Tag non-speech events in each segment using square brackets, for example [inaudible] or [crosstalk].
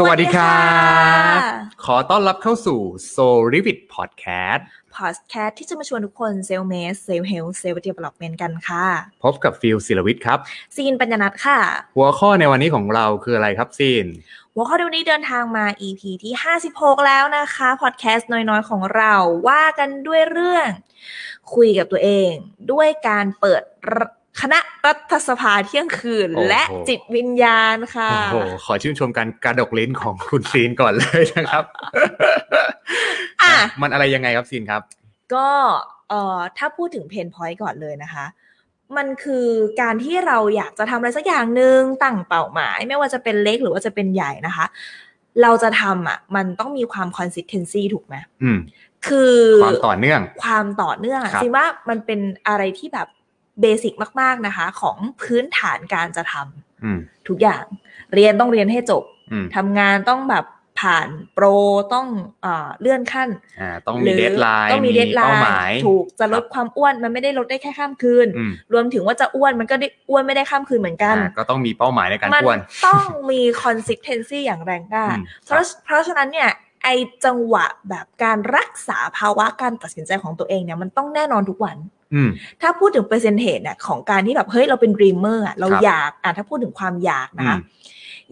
สวัสดีค่ะ ขอต้อนรับเข้าสู่ s o l i v i t Podcast พอดแคสต์ที่จะมาชวนทุกคนเซลเมสเซลเฮลเซลเด e ว e ล o p เมนต์กันค่ะ พบกับฟิลศิลวิทย์ครับ ซีนปัญญนัทค่ะ หัวข้อในวันนี้ของเราคืออะไรครับซีน หัวข้อเดียวนี้เดินทางมา EP ที่ 56 แล้วนะคะพอดแคสต์น้อยๆ ของเราว่ากันด้วยเรื่อง คุยกับตัวเอง ด้วยการเปิดคณะรัฐสภาเที่ยงคืน โอ้โห และจิตวิญญาณค่ะ โอ้โห ขอชื่นชมการกระดกลิ้นของคุณซีนก่อนเลย [laughs] นะครับ อ่ะ มันอะไรยังไงครับซีนครับ ก็เอ่อถ้าพูดถึงเพนพอยต์ก่อนเลยนะคะ มันคือการที่เราอยากจะทำอะไรสักอย่างหนึ่งตั้งเป้าหมาย ไม่ว่าจะเป็นเล็กหรือว่าจะเป็นใหญ่นะคะ เราจะทำอ่ะมันต้องมีความ consistency ถูกไหม อืม คือ ความต่อเนื่อง ความต่อเนื่องอะ ครับ จริงว่ามันเป็นอะไรที่แบบเบสิกมาก ๆนะคะ ของพื้นฐานการจะทำ อืม ทุกอย่าง เรียนต้องเรียนให้จบ อืม ทำงานต้องแบบผ่านโปรต้องเอ่อเลื่อนขั้น อ่า ต้อง ห มี รือ เดทไลน์ ต้องมีเดทไล เป้าหมาย น์ถูกจะลด ครับ ความอ้วนมันไม่ได้ลดได้แค่ข้ามคืน อืม รวมถึงว่าจะอ้วนมันก็ได้อ้วนไม่ได้ข้ามคืนเหมือนกัน อ่าก็ต้องมีเป้าหมายในการ มั อ้วน ต้องมี consistency อย่างแรงกล้า อืม เพราะเพราะฉะนั้นเนี่ยไอจังหวะแบบการรักษาภาวะการตัดสินใจของตัวเองเนี่ยมันต้องแน่นอนทุกวัน อืม ถ้าพูดถึงเปอร์เซนเทจเนี่ยของการที่แบบเฮ้ยเราเป็น dreamer อะเรา ครับ อยากอ่ะถ้าพูดถึงความอยากนะคะ อืม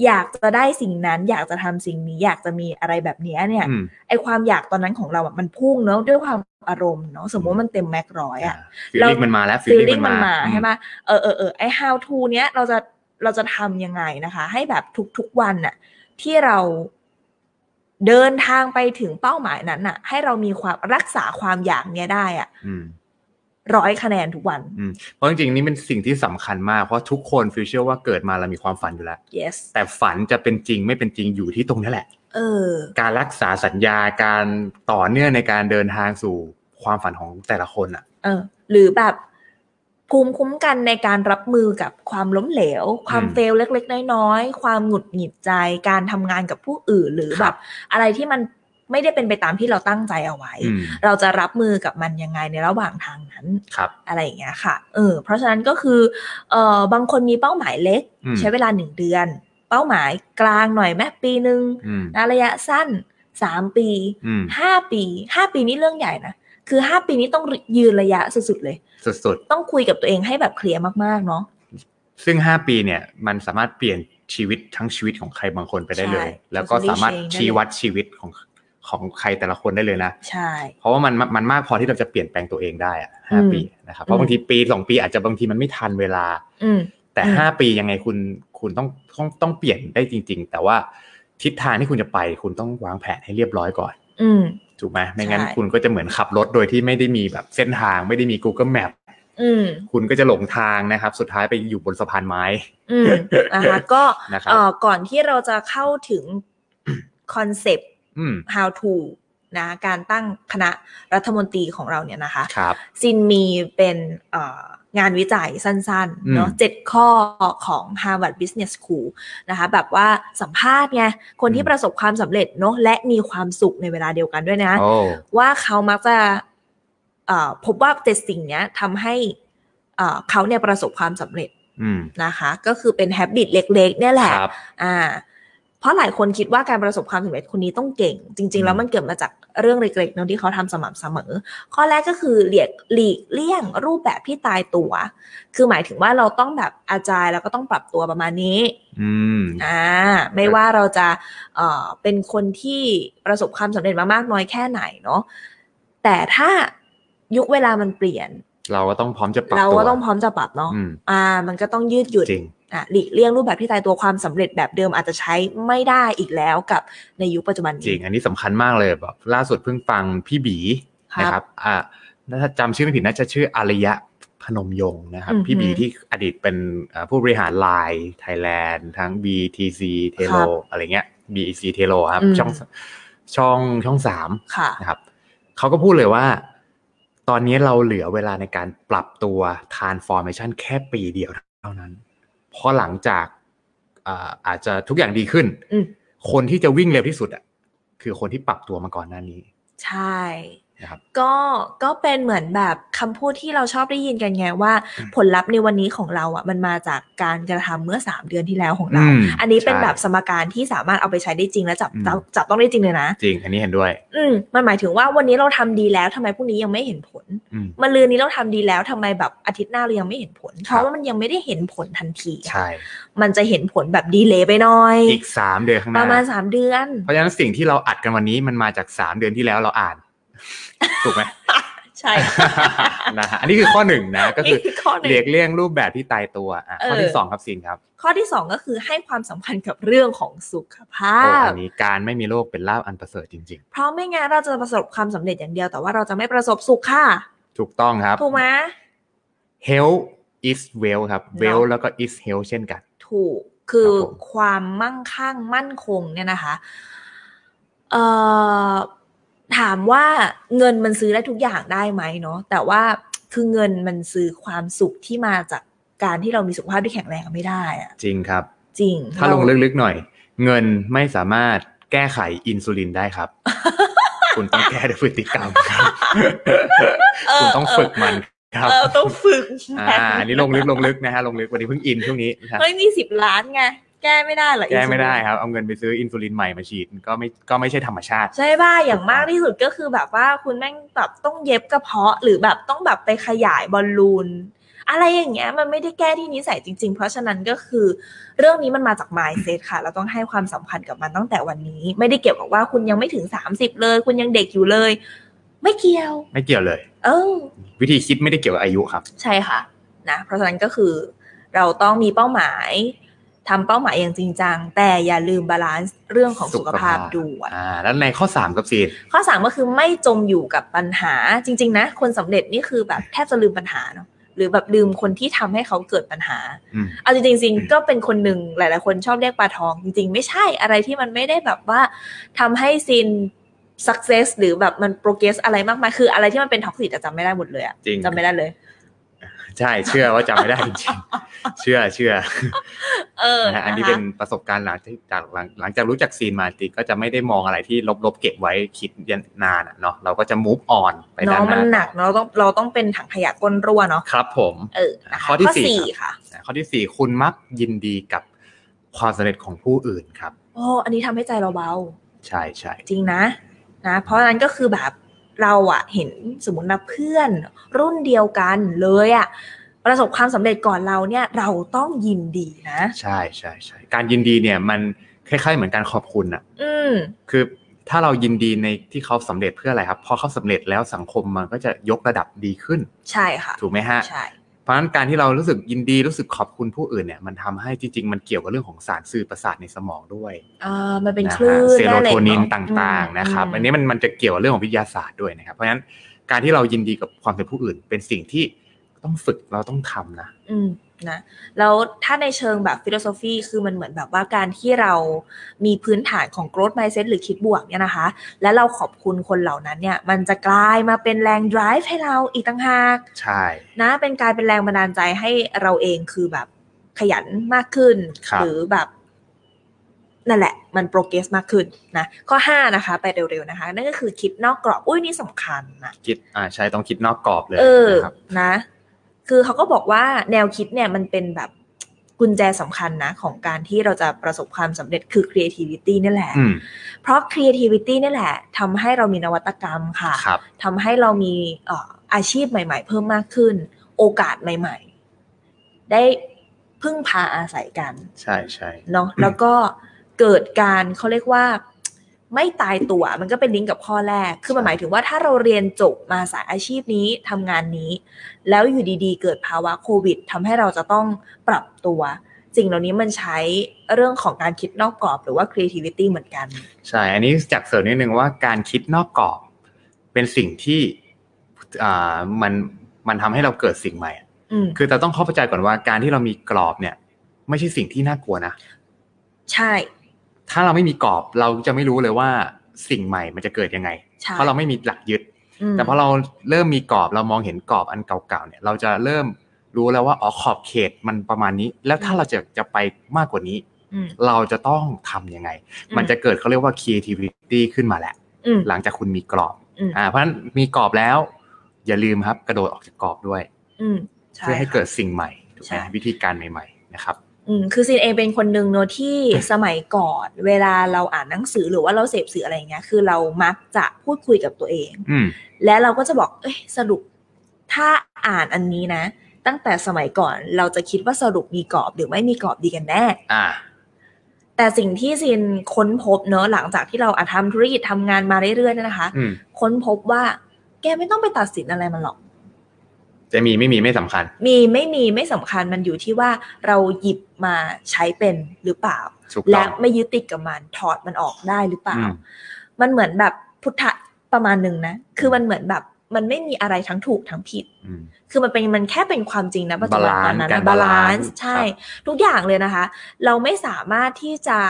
อยากจะได้สิ่งนั้น อยากจะทำสิ่งนี้ อยากจะมีอะไรแบบเนี้ยเนี่ย อืม ไอความอยากตอนนั้นของเราอ่ะมันพุ่งเนอะด้วยความอารมณ์เนอะสมมติว่ามันเต็มแม็กร้อย อ่า อ่ะ ฟีล เรา ลิ่งมันมาแล้วฟีล ฟีล ลิ่ ลิ่ ง ง มั มันน มา มา อื ใช่ไหมเออเออเออไอ how to เนี้ยเราจะเราจะทำยังไงนะคะ ให้แบบทุกๆวันน่ะที่เราเดินทางไปถึงเป้าหมายนั้นน่ะ ให้เรามีความรักษาความอยากเนี้ยได้อ่ะ อืม ร้อยคะแนนทุกวัน เพราะจริงๆนี่เป็นสิ่งที่สำคัญมาก เพราะทุกคนฟิวเชื่อว่าเกิดมาเรามีความฝันอยู่แล้ว yes แต่ฝันจะเป็นจริงไม่เป็นจริงอยู่ที่ตรงนี้แหละ เออ การรักษาสัญญาการต่อเนื่องในการเดินทางสู่ความฝันของแต่ละคนอ่ะ เออหรือแบบภูมิคุ้มกันในการรับมือกับความล้มเหลว ความ อืม เฟลเล็กๆ น้อยๆ ความหงุดหงิดใจการทำงานกับผู้อื่นหรือ ค แบ รับ บ อะไรที่มันไม่ได้เป็นไปตามที่เราตั้งใจเอาไว้ อืม เราจะรับมือกับมันยังไงในระหว่างทางนั้น ครับ อะไรอย่างเงี้ยค่ะเออเพราะฉะนั้นก็คือเออบางคนมีเป้าหมายเล็ก อืม ใช้เวลาหนึ่งเดือน เป้าหมายกลางหน่อยแม่ปีหนึ่ง อืม นะระยะสั้นสามปี อืม ห้าปีห้าปีนี่เรื่องใหญ่นะ คือห้าปีนี้ต้องยืนระยะสุดๆเลย สุด ต้องคุยกับตัวเองให้แบบเคลียร์มากๆเนาะ ๆ ซึ่ง 5 ปีเนี่ยมันสามารถเปลี่ยนชีวิตทั้งชีวิตของใครบางคนไปได้เลย ใช่ แล้วก็สามารถ totally change ชี้วัดชีวิตของของใครแต่ละคนได้เลยนะ ใช่ เพราะว่ามันมันมากพอที่เราจะเปลี่ยนแปลงตัวเองได้อะห้า อืม ปีนะครับเพราะ อืม บางทีปีสองปีอาจจะบางทีมันไม่ทันเวลา อืม แต่ อืม ห้าปียังไงคุณคุณต้องต้องต้องเปลี่ยนได้จริง ๆ แต่ว่าทิศทางที่คุณจะไป คุณต้องวางแผนให้เรียบร้อยก่อน อืม ถูกไหมไม่งั้น ใช่ คุณก็จะเหมือนขับรถโดยที่ไม่ได้มีแบบเส้นทางไม่ได้มี Google Map อืม คุณก็จะหลงทางนะครับ สุดท้ายไปอยู่บนสะพานไม้ อืมนะคะก็ นะครับ เอ่อก่อนที่เราจะเข้าถึงคอนเซปต์ อืม how to นะการตั้งคณะรัฐมนตรีของเราเนี่ยนะคะ ครับ ซินมีเป็นเอ่องานวิจัยสั้นๆอืม เนาะเจ็ดข้อของ Harvard Business School นะคะแบบว่าสัมภาษณ์ไงคน อื ที่ ม ประสบความสำเร็จเนาะและมีความสุขในเวลาเดียวกันด้วยนะ โอ้ ว่าเขามักจะเอ่อพบว่าเจ็ดสิ่งเนี้ยทำให้เอ่อเขาเนี่ยประสบความสำเร็จ อืม นะคะ ก็คือเป็นแฮบบิตเล็กๆเนี่ยแหละ ครับ อ่า เพราะหลายคนคิดว่าการประสบความสำเร็จคนนี้ต้องเก่ง จริง อืม ๆ แล้วมันเกิดมาจากเรื่องเล็กๆเนอะที่เขาทำสม่ำเสมอ ข้อแรกก็คือหลีกหลีกเลี่ยงรูปแบบที่ตายตัว คือหมายถึงว่าเราต้องแบบอาจายแล้วก็ต้องปรับตัวประมาณนี้ อืม อ่า ไม่ว่าเราจะเอ่อเป็นคนที่ประสบความสำเร็จมามากน้อยแค่ไหนเนาะ แต่ถ้ายุคเวลามันเปลี่ยน เราก็ต้องพร้อมจะปรับตัว เราก็ต้องพร้อมจะปรับเนาะ อืม อ่า มันก็ต้องยืดหยุ่น จริง อ่ะหลีกเลี่ยงรูปแบบที่ตายตัวความสำเร็จแบบเดิมอาจจะใช้ไม่ได้อีกแล้วกับในยุคปัจจุบัน จริ นี้ ง อันนี้สำคัญมากเลยแบบล่าสุดเพิ่งฟังพี่บี ครับ นะครับ อ่าถ้าจำชื่อไม่ผิดน่าจะชื่ออารยะพนมยงค์นะครับ อือหือ พี่บีที่อดีตเป็นเอ่อผู้บริหารไลน์ไทยแลนด์ทั้ง BTC เทโล ครับ อะไรเงี้ย BEC เทโลครับ อืม ช่องช่องช่องสาม ค่ะ นะครับ เขาก็พูดเลยว่า ตอนนี้เราเหลือเวลาในการปรับตัว transformation แค่ปีเดียวเท่านั้น เพราะหลังจากอ่าอาจจะทุกอย่างดีขึ้น อืม คนที่จะวิ่งเร็วที่สุดอ่ะคือคนที่ปรับตัวมาก่อนหน้านี้ ใช่ นะครับ ก็ก็เป็นเหมือนแบบคำพูดที่เราชอบได้ยินกันไงว่า ผลลัพธ์ในวันนี้ของเราอ่ะมันมาจากการกระทำเมื่อสามเดือนที่แล้วของเรา อืม อันนี้เป็น ใช่ แบบสมการที่สามารถเอาไปใช้ได้จริงและจับ อืม จับจับต้องได้จริงเลยนะ จริง อันนี้เห็นด้วย อืมมันหมายถึงว่าวันนี้เราทำดีแล้วทำไมพรุ่งนี้ยังไม่เห็นผล อืม มันลืนนี้เราทำดีแล้วทำไมแบบอาทิตย์หน้าเรายังไม่เห็นผล เพ ครั ราะ บ ว่ามันยังไม่ได้เห็นผลทันทีอะ ใช่ มันจะเห็นผลแบบดีเลย์ไปหน่อย อีกสามเดือนข้างห ป น้า ระมาณสามเดือน เพราะฉะนั้นสิ่งที่เราอัดกันวันนี้มันมาจากสามเดือนที่แล้วเราอ่าน [laughs] ถูกไหม [laughs] ใช่ นะฮะอันนี้คือข้อหนึ่งนะ ก็คือ นี่ข้อหนึ่ เลีย ง กเลี่ยงรูปแบบที่ตายตัวอ่ะข้อ เออ ที่สองครับสินครับ ข้อที่สองก็คือให้ความสำคัญกับเรื่องของสุขภา โอ้ พ อันนี้การไม่มีโรคเป็นลาบอันประเสริฐจริง เพราะไม่งั้นเราจะประสบความสำเร็จอย่างเดียวแต่ว่าเราจะไม่ประสบสุขค่ะ ๆ ถูกต้องครับ ถูกไหม health is well ครับ เนอะ well แล้วก็ is health เช่นกัน ถูกคือ ครับผม ความมั่งคั่งมั่นคงเนี่ยนะคะเอ่อถามว่าเงินมันซื้อได้ทุกอย่างได้ไหมเนาะแต่ว่าคือเงินมันซื้อความสุขที่มาจากการที่เรามีสุขภาพที่แข็งแรงไม่ได้อะ จริงครับ จริง ถ้าลง เร ลึกๆหน่อย เงินไม่สามารถแก้ไขอินซูลินได้ [laughs] ครับ คุณต้องแก้ด้วยพฤติกรรมครับ เออ คุณต้องฝึกมันครับ เออต้องฝึก อ่าอันนี่ลงลึกลงลึกนะฮะลงลึกวันนี้เพิ่งอินช่วงนี้นะครับ ไม่มีสิบล้านไงแก้ไม่ได้เหรอ แก้ไม่ได้ อินซูลิน ครับ เอาเงินไปซื้ออินซูลินใหม่มาฉีดก็ไม่ก็ไม่ใช่ธรรมชาติ ใช่ป่ะอย่างมากที่สุดก็คือแบบว่าคุณแม่งแบบต้องเย็บกระเพาะ หรือแบบต้องแบบไปขยายบอลลูน อะไรอย่างเงี้ยมันไม่ได้แก้ที่นิสัยจริง ๆ เพราะฉะนั้นก็คือ เรื่องนี้มันมาจาก mindset ค่ะ เราต้องให้ความสำคัญกับมันตั้งแต่วันนี้ ไม่ได้เกี่ยวกับว่าคุณยังไม่ถึง 30 เลย คุณยังเด็กอยู่เลย ไม่เกี่ยว ไม่เกี่ยวเลย เออ วิธีคิดไม่ได้เกี่ยวกับอายุครับ ใช่ค่ะนะเพราะฉะนั้นก็คือเราต้องมีเป้าหมายทำเป้าหมายอย่างจริงจัง แต่อย่าลืมบาลานซ์เรื่องของสุขภาพ สุขภาพ ด้วย อ่า แล้วในข้อสามกับสี่ ข้อสามก็คือไม่จมอยู่กับปัญหาจริง ๆ นะ คนสำเร็จนี่คือแบบแทบจะลืมปัญหาเนาะหรือแบบลืมคนที่ทำให้เขาเกิดปัญหา อืม เอาจริงๆซิง อืม ก็เป็นคนหนึ่งหลาย ๆ คนชอบเรียกปลาทอง จริง ๆ ไม่ใช่อะไรที่มันไม่ได้แบบว่าทำให้ซิน success หรือแบบมัน progress อะไรมากมายคืออะไรที่มันเป็นท็อกซิตจำไม่ได้หมดเลยอะ จริง จำไม่ได้เลย ใช่เชื่อว่าจำไม่ได้จริงๆเชื่อเชื่อ เออ นะฮะอันนี้ ะคะ เป็นประสบการณ์หลังจากหลังหลังจากรู้จักซีนมาติก็จะไม่ได้มองอะไรที่ลบๆเก็บไว้คิดยันนานอะเนาะเราก็จะมูฟออนไป เน้ ด้า อน ง ห มัน น้า หนักเนาะเราต้องเราต้องเป็นถังขยะก้นรั่วเนาะ ครับผม เออนะคะ ข้อที่สี่ ค่ะ นะข้อที่สี่คุณมักยินดีกับความสำเร็จของผู้อื่นครับ โอ้อันนี้ทำให้ใจเราเบา ใช่ใช่ จริงนะนะ เพราะฉะนั้นก็คือแบบเราอะเห็นสมมตินะเพื่อนรุ่นเดียวกันเลยอะประสบความสำเร็จก่อนเราเนี่ยเราต้องยินดีนะ ใช่ใช่ใช่การยินดีเนี่ยมันคล้าย ๆ เหมือนการขอบคุณอะ อืม คือถ้าเรายินดีในที่เขาสำเร็จเพื่ออะไรครับพอเขาสำเร็จแล้วสังคมมันก็จะยกระดับดีขึ้น ใช่ค่ะ ถูกไหมฮะ ใช่ เพราะฉะนั้นการที่เรารู้สึกยินดีรู้สึกขอบคุณผู้อื่นเนี่ยมันทำให้จริงๆ มันเกี่ยวกับเรื่องของสารสื่อประสาทในสมองด้วย อ่ามันเป็นะ คลื่ ฮะ น เซโร แม่เหล็ โท ก นิน เอะ ต่าง อืม ๆนะครับอันนี้มันมันจะเกี่ยวกับเรื่องของวิทยาศาสตร์ด้วยนะครับเพราะฉะนั้นการที่เรายินดีกับความเป็นผู้อื่น เป็นสิ่งที่ต้องฝึกเราต้องทำนะ อืมนะแล้วถ้าในเชิงแบบฟิโลโซฟีคือมันเหมือนแบบว่าการที่เรามีพื้นฐานของ growth mindset หรือคิดบวกเนี่ยนะคะ และเราขอบคุณคนเหล่านั้นเนี่ย มันจะกลายมาเป็นแรง drive ให้เราอีกต่างหาก ใช่ นะเป็นกลายเป็นแรงบันดาลใจให้เราเองคือแบบขยันมากขึ้น ครับ หรือแบบนั่นแหละ มัน progress มากขึ้นนะ ข้อ 5 นะคะ ไปเร็วๆนะคะ นั่นก็คือคิดนอกกรอบอุ้ยนี่สำคัญนะ คิดอ่าใช่ต้องคิดนอกกรอบเลย เออ นะครับ นะ คือเขาก็บอกว่าแนวคิดเนี่ยมันเป็นแบบกุญแจสำคัญนะ ของการที่เราจะประสบความสำเร็จคือ creativity นี่แหละ อืม เพราะ creativity นี่แหละทำให้เรามีนวัตกรรมค่ะ ครับ ทำให้เรามีเอ่ออาชีพใหม่ๆ เพิ่มมากขึ้น โอกาสใหม่ๆ ได้พึ่งพาอาศัยกัน ใช่ใช่ เนาะแล้วก็เกิดการเขาเรียกว่า ไม่ตายตัวมันก็เป็นลิงก์กับข้อแรก คือมันหมายถึงว่าถ้าเราเรียนจบมาสายอาชีพนี้ทำงานนี้ แล้วอยู่ดีๆ เกิดภาวะโควิดทำให้เราจะต้องปรับตัวสิ่งเหล่านี้มันใช้เรื่องของการคิดนอกกรอบหรือว่า creativity เหมือนกัน ใช่ อันนี้จากเสริมนิดนึงว่าการคิดนอกกรอบ เป็นสิ่งที่อ่ามันมันทำให้เราเกิดสิ่งใหม่ อืม คือเราต้องเข้าใจก่อนว่าการที่เรามีกรอบเนี่ย ไม่ใช่สิ่งที่น่ากลัวนะ ใช่ ถ้าเราไม่มีกรอบเราจะไม่รู้เลยว่าสิ่งใหม่มันจะเกิดยังไง ใช่ เพราะเราไม่มีหลักยึด อืม แต่พอเราเริ่มมีกรอบเรามองเห็นกรอบอันเก่าๆเนี่ย เราจะเริ่มรู้แล้วว่าอ๋อขอบเขตมันประมาณนี้ แล้วถ้าเราจะจะไปมากกว่านี้ อืม เราจะต้องทำยังไง มันจะเกิดเขาเรียกว่า creativity ขึ้นมาแหละ อืม หลังจากคุณมีกรอบ อืม อ่าเพราะฉะนั้นมีกรอบแล้ว อย่าลืมครับกระโดดออกจากกรอบด้วย อืมช่ เพื่อให้ ค่ะ เกิดสิ่งใหม่ถูก ใช่ ไหมวิธีการใหม่ ๆ นะครับ อืมคือซีนเองเป็นคนหนึ่งเนอะที่สมัยก่อน เวลาเราอ่านหนังสือหรือว่าเราเสพสื่ออะไรอย่างเงี้ยคือเรามักจะพูดคุยกับตัวเอง อืม และเราก็จะบอก เอ้ย สรุป ถ้าอ่านอันนี้นะ ตั้งแต่สมัยก่อน เราจะคิดว่าสรุปมีกรอบหรือไม่มีกรอบดีกันแน่ อ่า แต่สิ่งที่ซินค้นพบเนอะหลังจากที่เราอาจทำธุรกิจทำงานมาเรื่อยๆเนี่ยนะคะ อืม ค้นพบว่า แกไม่ต้องไปตัดสินอะไรมันหรอก จะมีไม่มีไม่สำคัญ มีไม่มีไม่สำคัญมันอยู่ที่ว่าเราหยิบมาใช้เป็นหรือเปล่า ถูกต้ และ อง ไม่ยึดติดกับมันถอดมันออกได้หรือเปล่า อืม มันเหมือนแบบพุทธะประมาณหนึ่งนะ คือมันเหมือนแบบมันไม่มีอะไรทั้งถูกทั้งผิด อืม คือมันเป็นมันแค่เป็นความจริงนะปัจจุบันตอนนั้น บาลานซ์การ บาลา บาลาน นซ์ ซ์ใช่ ครับ ทุกอย่างเลยนะคะ เราไม่สามารถที่จะ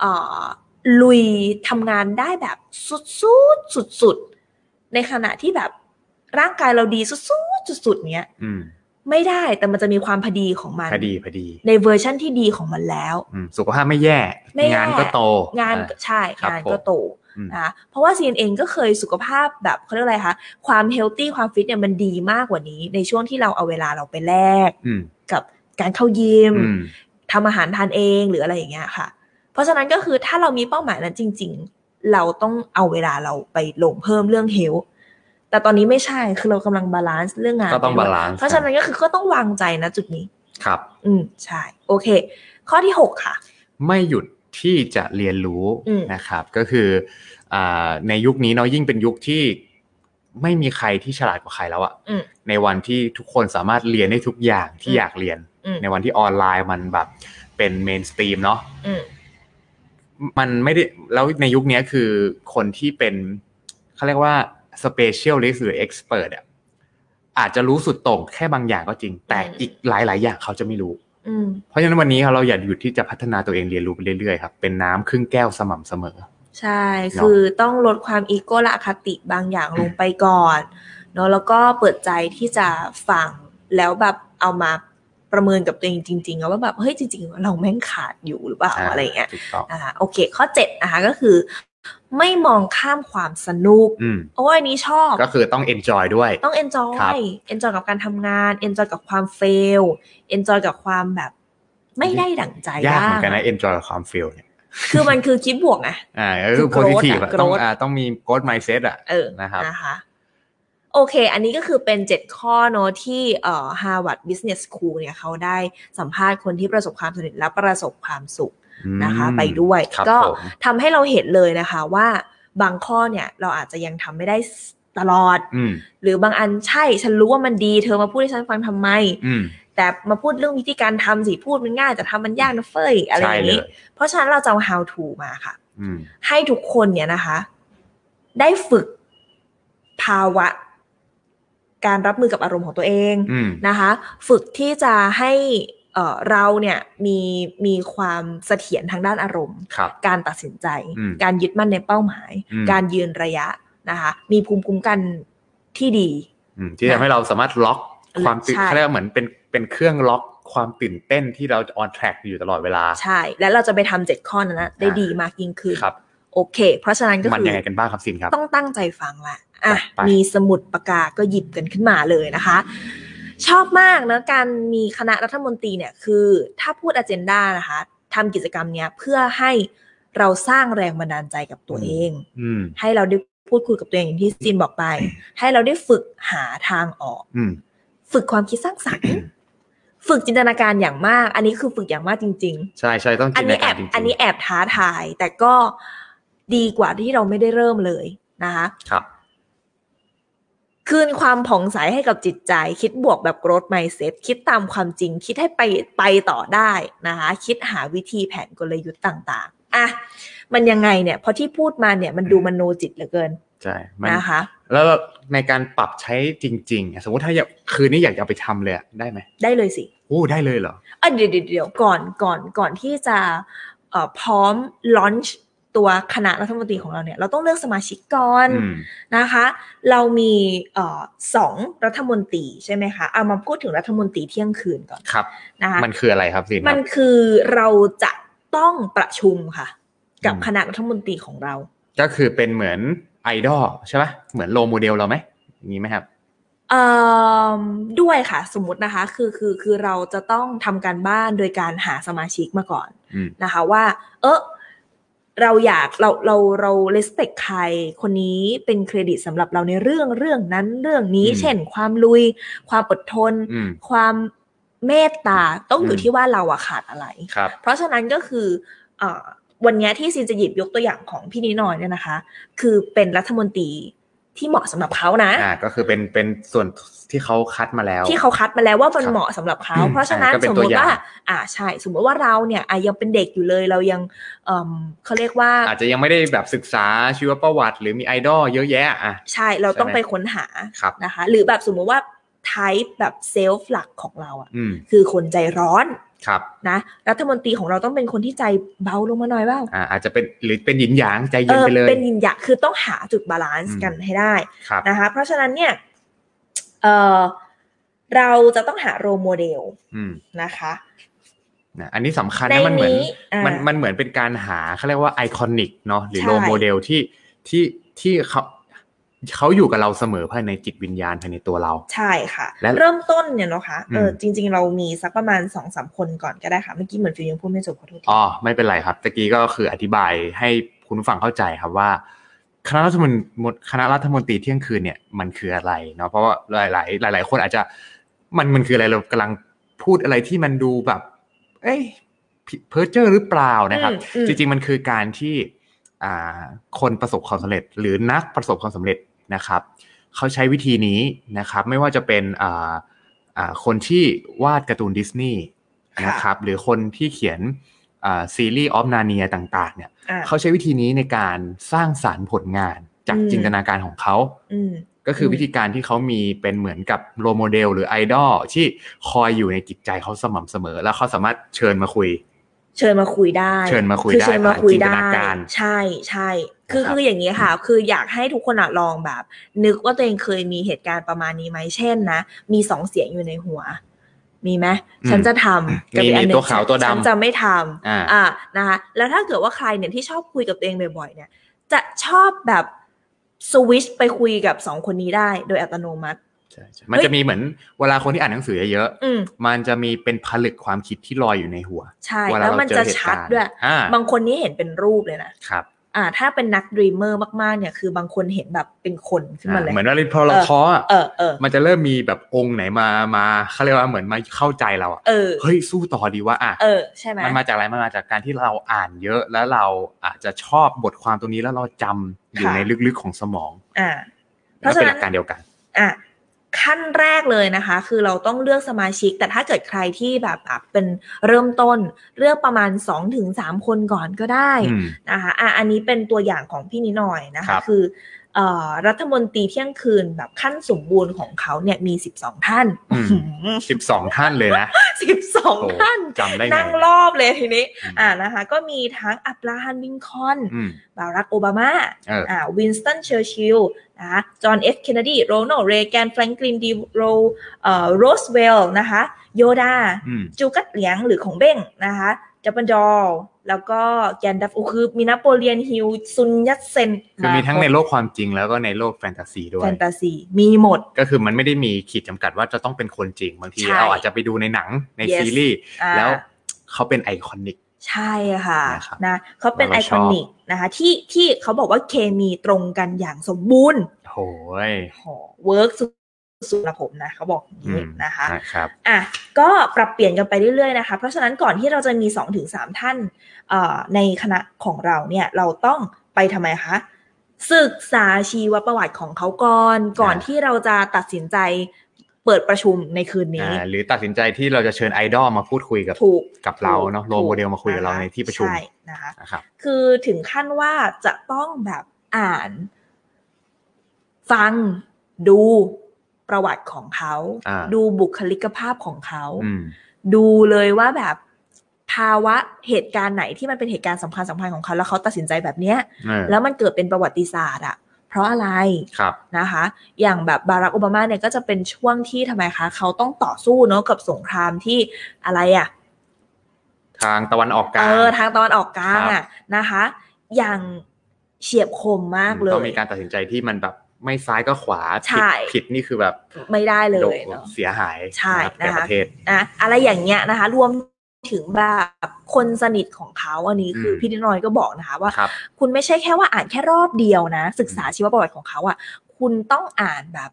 เอ่อลุยทำงานได้แบบสุดสุดสุดสุดๆในขณะที่แบบร่างกายเราดีสุดสุดสุดสุดๆเนี้ย อืม ไม่ได้แต่มันจะมีความพอดีของมัน พอดีพอดี ในเวอร์ชั่นที่ดีของมันแล้ว อืมสุขภาพไม่แย่ ไม่แย่ งานก็โต งาน อ่ ใช่ ครับ งาน ผม ก็โต อืม นะคะเพราะว่าซีนเองก็เคยสุขภาพแบบเขาเรียกอะไรคะความเฮลตี้ความฟิตเนี่ยมันดีมากกว่านี้ ในช่วงที่เราเอาเวลาเราไปแลก อืม กับการเข้ายิม อืม ทำอาหารทานเองหรืออะไรอย่างเงี้ยค่ะ เพราะฉะนั้นก็คือถ้าเรามีเป้าหมายนั้นจริง ๆ เราต้องเอาเวลาเราไปลงเพิ่มเรื่องเฮลท์แต่ตอนนี้ไม่ใช่คือเรากำลังบาลานซ์เรื่องงาน ก็ต้อง ไป บา ด้วย ลานซ์ เพราะฉะนั้นก็คือก็ต้องวางใจนะจุดนี้ ครับ อืมใช่ โอเค ข้อที่ 6 ค่ะ ไม่หยุดที่จะเรียนรู้ อืม นะครับ ก็คืออ่าในยุคนี้เนาะยิ่งเป็นยุคที่ไม่มีใครที่ฉลาดกว่าใครแล้วอะ อืม ในวันที่ทุกคนสามารถเรียนได้ทุกอย่างที่ อืม อยากเรียน อืม ในวันที่ออนไลน์มันแบบเป็นเมนสตรีมเนาะ อืม มันไม่ได้แล้วในยุคเนี้ยคือคนที่เป็นเขาเรียกว่า specialist หรือ expert อะอาจจะรู้สุดโต่งแค่บางอย่างก็จริง แต่ อืม อีกหลาย ๆ อย่างเขาจะไม่รู้ อืม เพราะฉะนั้นวันนี้เราอย่าหยุดที่จะพัฒนาตัวเองเรียนรู้ไปเรื่อยๆครับเป็นน้ำครึ่งแก้วสม่ำเสมอ ใช่คือต้องลดความอีโก้และอคติบางอย่างลงไปก่อนเนาะแล้วก็เปิดใจที่จะฟังแล้วแบบเอามาประเมินกับตัวเองจริงๆอะว่าแบบเฮ้ยจริงๆ เราแม่งขาดอยู่หรือเปล่าอะไรอย่างเงี้ย ถูกต้อง นะคะโอเคข้อ7นะคะก็คือ ไม่มองข้ามความสนุก อืม โอ้ยอันนี้ชอบ ก็คือต้อง enjoy ด้วย ต้อง enjoy ครับ enjoy กับการทำงาน enjoy กับความเฟล enjoy กับความแบบไม่ได้ดั่งใจ ยากเหมือนกัน บ้ นะ enjoy กับความ feel เนี่ย คือมันคือคิดบวกนะ อ่าก็ คื คือ อ growth positive อะ อะ ต้อง growth อ่าต้องมี growth mindset อะ เออ นะครับ นะคะโอเค อันนี้ก็คือเป็น 7 ข้อเนอะที่เอ่อ Harvard Business School เนี่ยเขาได้สัมภาษณ์คนที่ประสบความสำเร็จและประสบความสุข นะคะ อืม ไปด้วย ครับ ก็ ผม ทำให้เราเห็นเลยนะคะว่าบางข้อเนี่ยเราอาจจะยังทำไม่ได้ตลอด อืม หรือบางอันใช่ฉันรู้ว่ามันดี เธอมาพูดให้ฉันฟังทำไม อืม แต่มาพูดเรื่องวิธีการทำสิพูดมันง่ายแต่ทำมันยากนะเฟ้ยอะไรอ ใช่ ย่าง เล นี้ ย เพราะฉะนั้นเราจะเอา how to มาค่ะ อืม ให้ทุกคนเนี่ยนะคะ ได้ฝึกภาวะ การรับมือกับอารมณ์ของตัวเอง อืม นะคะฝึกที่จะให้เอ่อเราเนี่ยมีมีความเสถียรทางด้านอารมณ์ ครับ การตัดสินใจ อืม การยึดมั่นในเป้าหมาย อืม การยืนระยะนะคะมีภูมิคุ้มกันที่ดี อืมที่ทำให้เราสามารถล็อกความตื่น ใช่ เขาเรียกว่าเหมือนเป็นเป็นเครื่องล็อกความตื่นเต้นที่เรา on track อยู่ตลอดเวลา ใช่ และเราจะไปทำเจ็ดข้อนั้นนะได้ อ่า ดีมากยิ่งขึ้น ครับ โอเค เพราะฉะนั้นก็ มัน คือ ยังไงกันบ้างครับสินครับ ต้องตั้งใจฟังแหละอ่ะ จัดไป มีสมุดปากกา ก็หยิบกันขึ้นมาเลยนะคะ ชอบมากนะการมีคณะรัฐมนตรีเนี่ยคือ ถ้าพูดอ g e n d a นะคะทำกิจกรรมเนี้ยเพื่อให้เราสร้างแรงบันดาลใจกับตัวเอง อืม ให้เราได้พูดคุยกับตัวเองอย่างที่ซินบอกไป ให้เราได้ฝึกหาทางออก อืม ฝึกความคิดสร้างสรรค์ ฝึกจินตนาการอย่างมาก อันนี้คือฝึกอย่างมากจริง ๆ ใช่ใช่ต้อง อั จิ น นต นี้แอกนาา บ รจริงๆ อันนี้แอบท้าทายแต่ก็ดีกว่าที่เราไม่ได้เริ่มเลยนะคะ ครับ คืนความผ่องใสให้กับจิตใจ คิดบวกแบบโกรธไมเซ็ตคิดตามความจริง คิดให้ไปไปต่อได้นะคะ คิดหาวิธีแผนกลยุทธ์ต่างๆอ่ะมันยังไงเนี่ย พอที่พูดมาเนี่ยมันดูมโนจิตเหลือเกิน ใช่มัน นะคะ แล้วในการปรับใช้จริงๆอ่ะสมมติถ้าอยากคืนนี้อยากจะเอาไปทำเลยอ่ะได้ไหม ได้เลยสิ โอ้ได้เลยเหรอ อ่ะเดี๋ยวเดี๋ยวเดี๋ยวก่อนก่อนก่อนที่จะเอ่อพร้อมลอนช์ตัวคณะรัฐมนตรีของเราเนี่ย เราต้องเลือกสมาชิกก่อน อืม นะคะ เรามีเออสองรัฐมนตรีใช่ไหมคะเอามาพูดถึงรัฐมนตรีเที่ยงคืนก่อน ครับ นะคะ มันคืออะไรครับสินค มั รับ นคือเราจะต้องประชุมค่ะ กับ อืม คณะรัฐมนตรีของเรา ก็คือเป็นเหมือน ไอดอลใช่ปะเหมือนโลโมเดลเราไหมอย่างนี้ไหมครับ เอิ่มด้วยค่ะสมมตินะคะคือคือคือเราจะต้องทำการบ้านโดยการหาสมาชิกมาก่อน อืม นะคะว่า เออเราอยากเราเราเราเลสเ c กใครคนนี้เป็นเครดิตสำหรับเราในเรื่องเรื่องนั้นเรื่องนี้ อืม เช่น ความลุย ความอดทน อืม ความเมตตาต้องอยู่ อืม ที่ว่าเราอะขาดอะไร ครับ เพราะฉะนั้นก็คือเออวันเนี้ยที่ซินจะหยิบยกตัวอย่างของพี่นิโนอยเนี่ยนะคะ คือเป็นรัฐมนตรีที่เหมาะสำหรับเขานะ อ่าก็คือเป็นเป็นส่วนที่เขาคัดมาแล้ว ที่เขาคัดมาแล้วว่ามัน ครับ เหมาะสำหรับเขา อืม เพราะฉะนั้น อ่าก็เป็ ส น ม ตั ม ว ติ อย่าง ว่า อ่าใช่ สมมติว่าเราเนี่ยอ่ะยังเป็นเด็กอยู่เลยเรายังเอ่มเขาเรียกว่า อาจจะยังไม่ได้แบบศึกษาชีวประวัติ หรือมีไอดอลเยอะแยะอ่ะ ใช่เราต้อง ใช่ไหม ไปค้นหา ครับ นะคะ หรือแบบสมมติว่า type แบบเซลฟ์หลักของเราอะ อืม คือคนใจร้อน ครับ นะรัฐมนตรีของเราต้องเป็นคนที่ใจเบาลงมาหน่อยเปล่า อ่าอาจจะเป็นหรือเป็นหยินหยางใจ เอ เย็น อ ไปเลย เป็นยินยะคือต้องหาจุดบาลาน อื ซ์ ม กันให้ได้ ครับ นะคะเพราะฉะนั้นเนี่ยเอ่อเราจะต้องหาโรลโมเดล อืม นะคะ นะอันนี้สำคัญ ใน นะมันเหมือน นี้อ่า มันมันเหมือนเป็นการหาเขาเรียกว่าไอคอนิกเนาะหรือ ใช่ โลโมเดลที่ที่ที่เขาเขาอยู่กับเราเสมอภายในจิตวิญญาณภายในตัวเรา ใช่ค่ะ และ เริ่มต้นเนี่ยเนาะคะเอออ ม จริง ๆ เรามีสักประมาณสองสามคนก่อนก็ได้ค่ะ เมื่อกี้เหมือนฟิวยังพูดไม่จบขอโทษที อ๋อไม่เป็นไรครับตะกี้ก็คืออธิบายให้คุณผู้ฟังเข้าใจครับว่า คณะรัฐมนตรีคณะรัฐมนตรีเที่ยงคืนเนี่ยมันคืออะไรเนาะเพราะว่าหลาย ๆ หลาย ๆ คนอาจจะมันมันคืออะไรเรากำลังพูดอะไรที่มันดูแบบ เอ้ยเพอเจอร์หรือเปล่านะครับ อืมอืม จริงๆ มันคือการที่อ่าคนประสบความสำเร็จ หรือนักประสบความสำเร็จนะครับ เขาใช้วิธีนี้นะครับ ไม่ว่าจะเป็นอ่าอ่าคนที่วาดการ์ตูนดิสนีย์นะครับ หรือคนที่เขียนอ่าซีรีส์ออฟนาเนียต่าง ๆ เนี่ย อ่ะ เขาใช้วิธีนี้ในการสร้างสารรค์ผลงานจาก อืม จินตนาการของเขา อืม ก็คืออ ม วิธีการที่เขามีเป็นเหมือนกับโรลโมเดลหรือไอดอลที่คอยอยู่ในจิตใจเขาสม่ำเสมอ แล้วเขาสามารถเชิญมาคุย เชิญมาคุยได้ เชิญมาคุย คือ ได้ เชิญมา ผ่าน คุย จินต ได้ นาการ ใช่ใช่คือ นะครับ คืออย่างนี้ค่ะ คืออยากให้ทุกคนอะลองแบบ นึกว่าตัวเองเคยมีเหตุการณ์ประมาณนี้ไหมเช่นนะ มีสองเสียงอยู่ในหัว มีไหม อืม ฉันจะทำกับ มี อีกอันห มี นึ่ง ตัวขาวตัวดำ ฉันจะไม่ท อ่า ำอ่านะคะแล้วถ้าเกิดว่าใครเนี่ยที่ชอบคุยกับตัวเองบ่อยๆเนี่ย จะชอบแบบสวิชไปคุยกับสองคนนี้ได้โดยอัตโนมัติ ใช่ใช่มันจะมีเหมือนเวลาคนที่อ่านหนังสือเยอะ อืม ๆมันจะมีเป็นผลึกความคิดที่ลอยอยู่ในหัว ใช่ เวลา แล้ว เรา มัน เจ จะ อเหตุ ชัด การณ์ ด้วย อ่า บางคนนี่เห็นเป็นรูปเลยนะ ครับ อ่าถ้าเป็นนักดรีมเมอร์มากๆเนี่ยคือบางคนเห็นแบบเป็นคนขึ้นมาเลย อ่าเหมือนว่าพอเรา เออ ท้ออ่ะ เออเออ มันจะเริ่มมีแบบองค์ไหนมามาเขาเรียกว่าเหมือนมาเข้าใจเราอ่ะ เออ เฮ้ยสู้ต่อดีวะอ่ะ เออใช่ไหม มันมาจากอะไรมันมาจากการที่เราอ่านเยอะแล้วเราอาจจะชอบบทความตรงนี้แล้วเราจำอยู่ในลึกๆของสมอง อ่า เพ แล้ว ราะฉะ เป็นห นั้นลักการเดียวกัน อ่ะขั้นแรกเลยนะคะ คือเราต้องเลือกสมาชิก แต่ถ้าเกิดใครที่แบบอ่ะเป็นเริ่มต้นเลือกประมาณ2อถึงสคนก่อนก็ได้ อืม นะคะอ่ะอันนี้เป็นตัวอย่างของพี่นิดหน่อยนะ ครั คะ บ คือเอ่อรัฐมนตรีเที่ยงคืนแบบขั้นสมบูรณ์ของเขาเนี่ยมี 12 ท่าน อืมสิบสองท่านเลยนะ สิบสอง โอ้ ท่าน จำได้ไ นั่งรอบเลยทีนี้ อืม อ่านะคะก็มีทั้งอับราฮัมลินคอล์น อืม บารักโอบามา เออ อ่าวินสตันเชอร์ชิลล์นะคะจอห์นเอฟเคนเนดีโรนัลด์เรแกนแฟรงคลินดีโรเอ่อโรสเวลล์นะคะโยดา อืม จูกัตเหลียงหรือของเบ้งนะคะจับบันดอลแล้วก็แกนดัฟโอคือมีนโปเลียนฮิลซุนยัตเซน คือมีทั้งในโลกความจริงแล้วก็ในโลกแฟนตาซีด้ว แฟ ย นตาซี มีหมด ก็คือมันไม่ได้มีขีดจำกัดว่าจะต้องเป็นคนจริง บางที ใช่ เราอาจจะไปดูในหนังใน Yes ซีรีส์ อ่า แล้วเขาเป็นไอคอนิก ใช่ค่ะ นะครับ นะเขาเป็น แล้ ไอ วเรา ค ช อ อบ นิกนะคะที่ที่เขาบอกว่าเคมีตรงกันอย่างสมบูรณ์ โหย หอเวิร์กสุดๆละผมนะเขาบอกอย่าง อื นี้ ม นะคะ ครับ อ่ะก็ปรับเปลี่ยนกันไปเรื่อยๆนะคะ เพราะฉะนั้นก่อนที่เราจะมี 2-3ถึง3ท่านเอ่อในคณะของเราเนี่ยเราต้องไปทำไมคะ ศึกษาชีวประวัติของเขาก่อนก่อน อ่า ที่เราจะตัดสินใจเปิดประชุมในคืนนี้ อ่าหรือตัดสินใจที่เราจะเชิญไอดอลมาพูดคุยกับ ถูก กับเรา ถูก เนาะโร ถูก โมเดลมาคุยกับเรา ค ในที่ประชุม ใช่นะคะ นะครับ คือถึงขั้นว่าจะต้องแบบอ่าน ฟังดูประวัติของเขา อ่า ดูบุคลิกภาพของเขา อืม ดูเลยว่าแบบภาวะเหตุการณ์ไหนที่มันเป็นเหตุการณ์สำคัญสำคัญของเขา แล้วเขาตัดสินใจแบบเนี้ย เออ แล้วมันเกิดเป็นประวัติศาสตร์อะเพราะอะไร ครับ นะคะ อย่างแบบบารักโอบามาเนี่ยก็จะเป็นช่วงที่ทำไมคะ เขาต้องต่อสู้เนาะกับสงครามที่อะไรอะ ทางตะวันออกกลาง เออทางตะวันออกกลาง ครับ อ่ะนะคะ อย่าง เฉียบคมมากเล ต้อง ย มีการตัดสินใจที่มันแบบไม่ซ้ายก็ขวา ใช่ ผิดผิดนี่คือแบบ ไม่ได้เล โด ย น เนาะ เสียหาย ใช่ นะคนะคะรับแก่ประเทศ นะอะไรอย่างเงี้ยนะคะ รวมถึงแบบคนสนิทของเขาอันนี้คืออ ม พี่นิดน้อยก็บอกนะคะว่า ครับ คุณไม่ใช่แค่ว่าอ่านแค่รอบเดียวนะ ศึกษาชีวประวัติของเขาอะ่ะ คุณต้องอ่านแบบ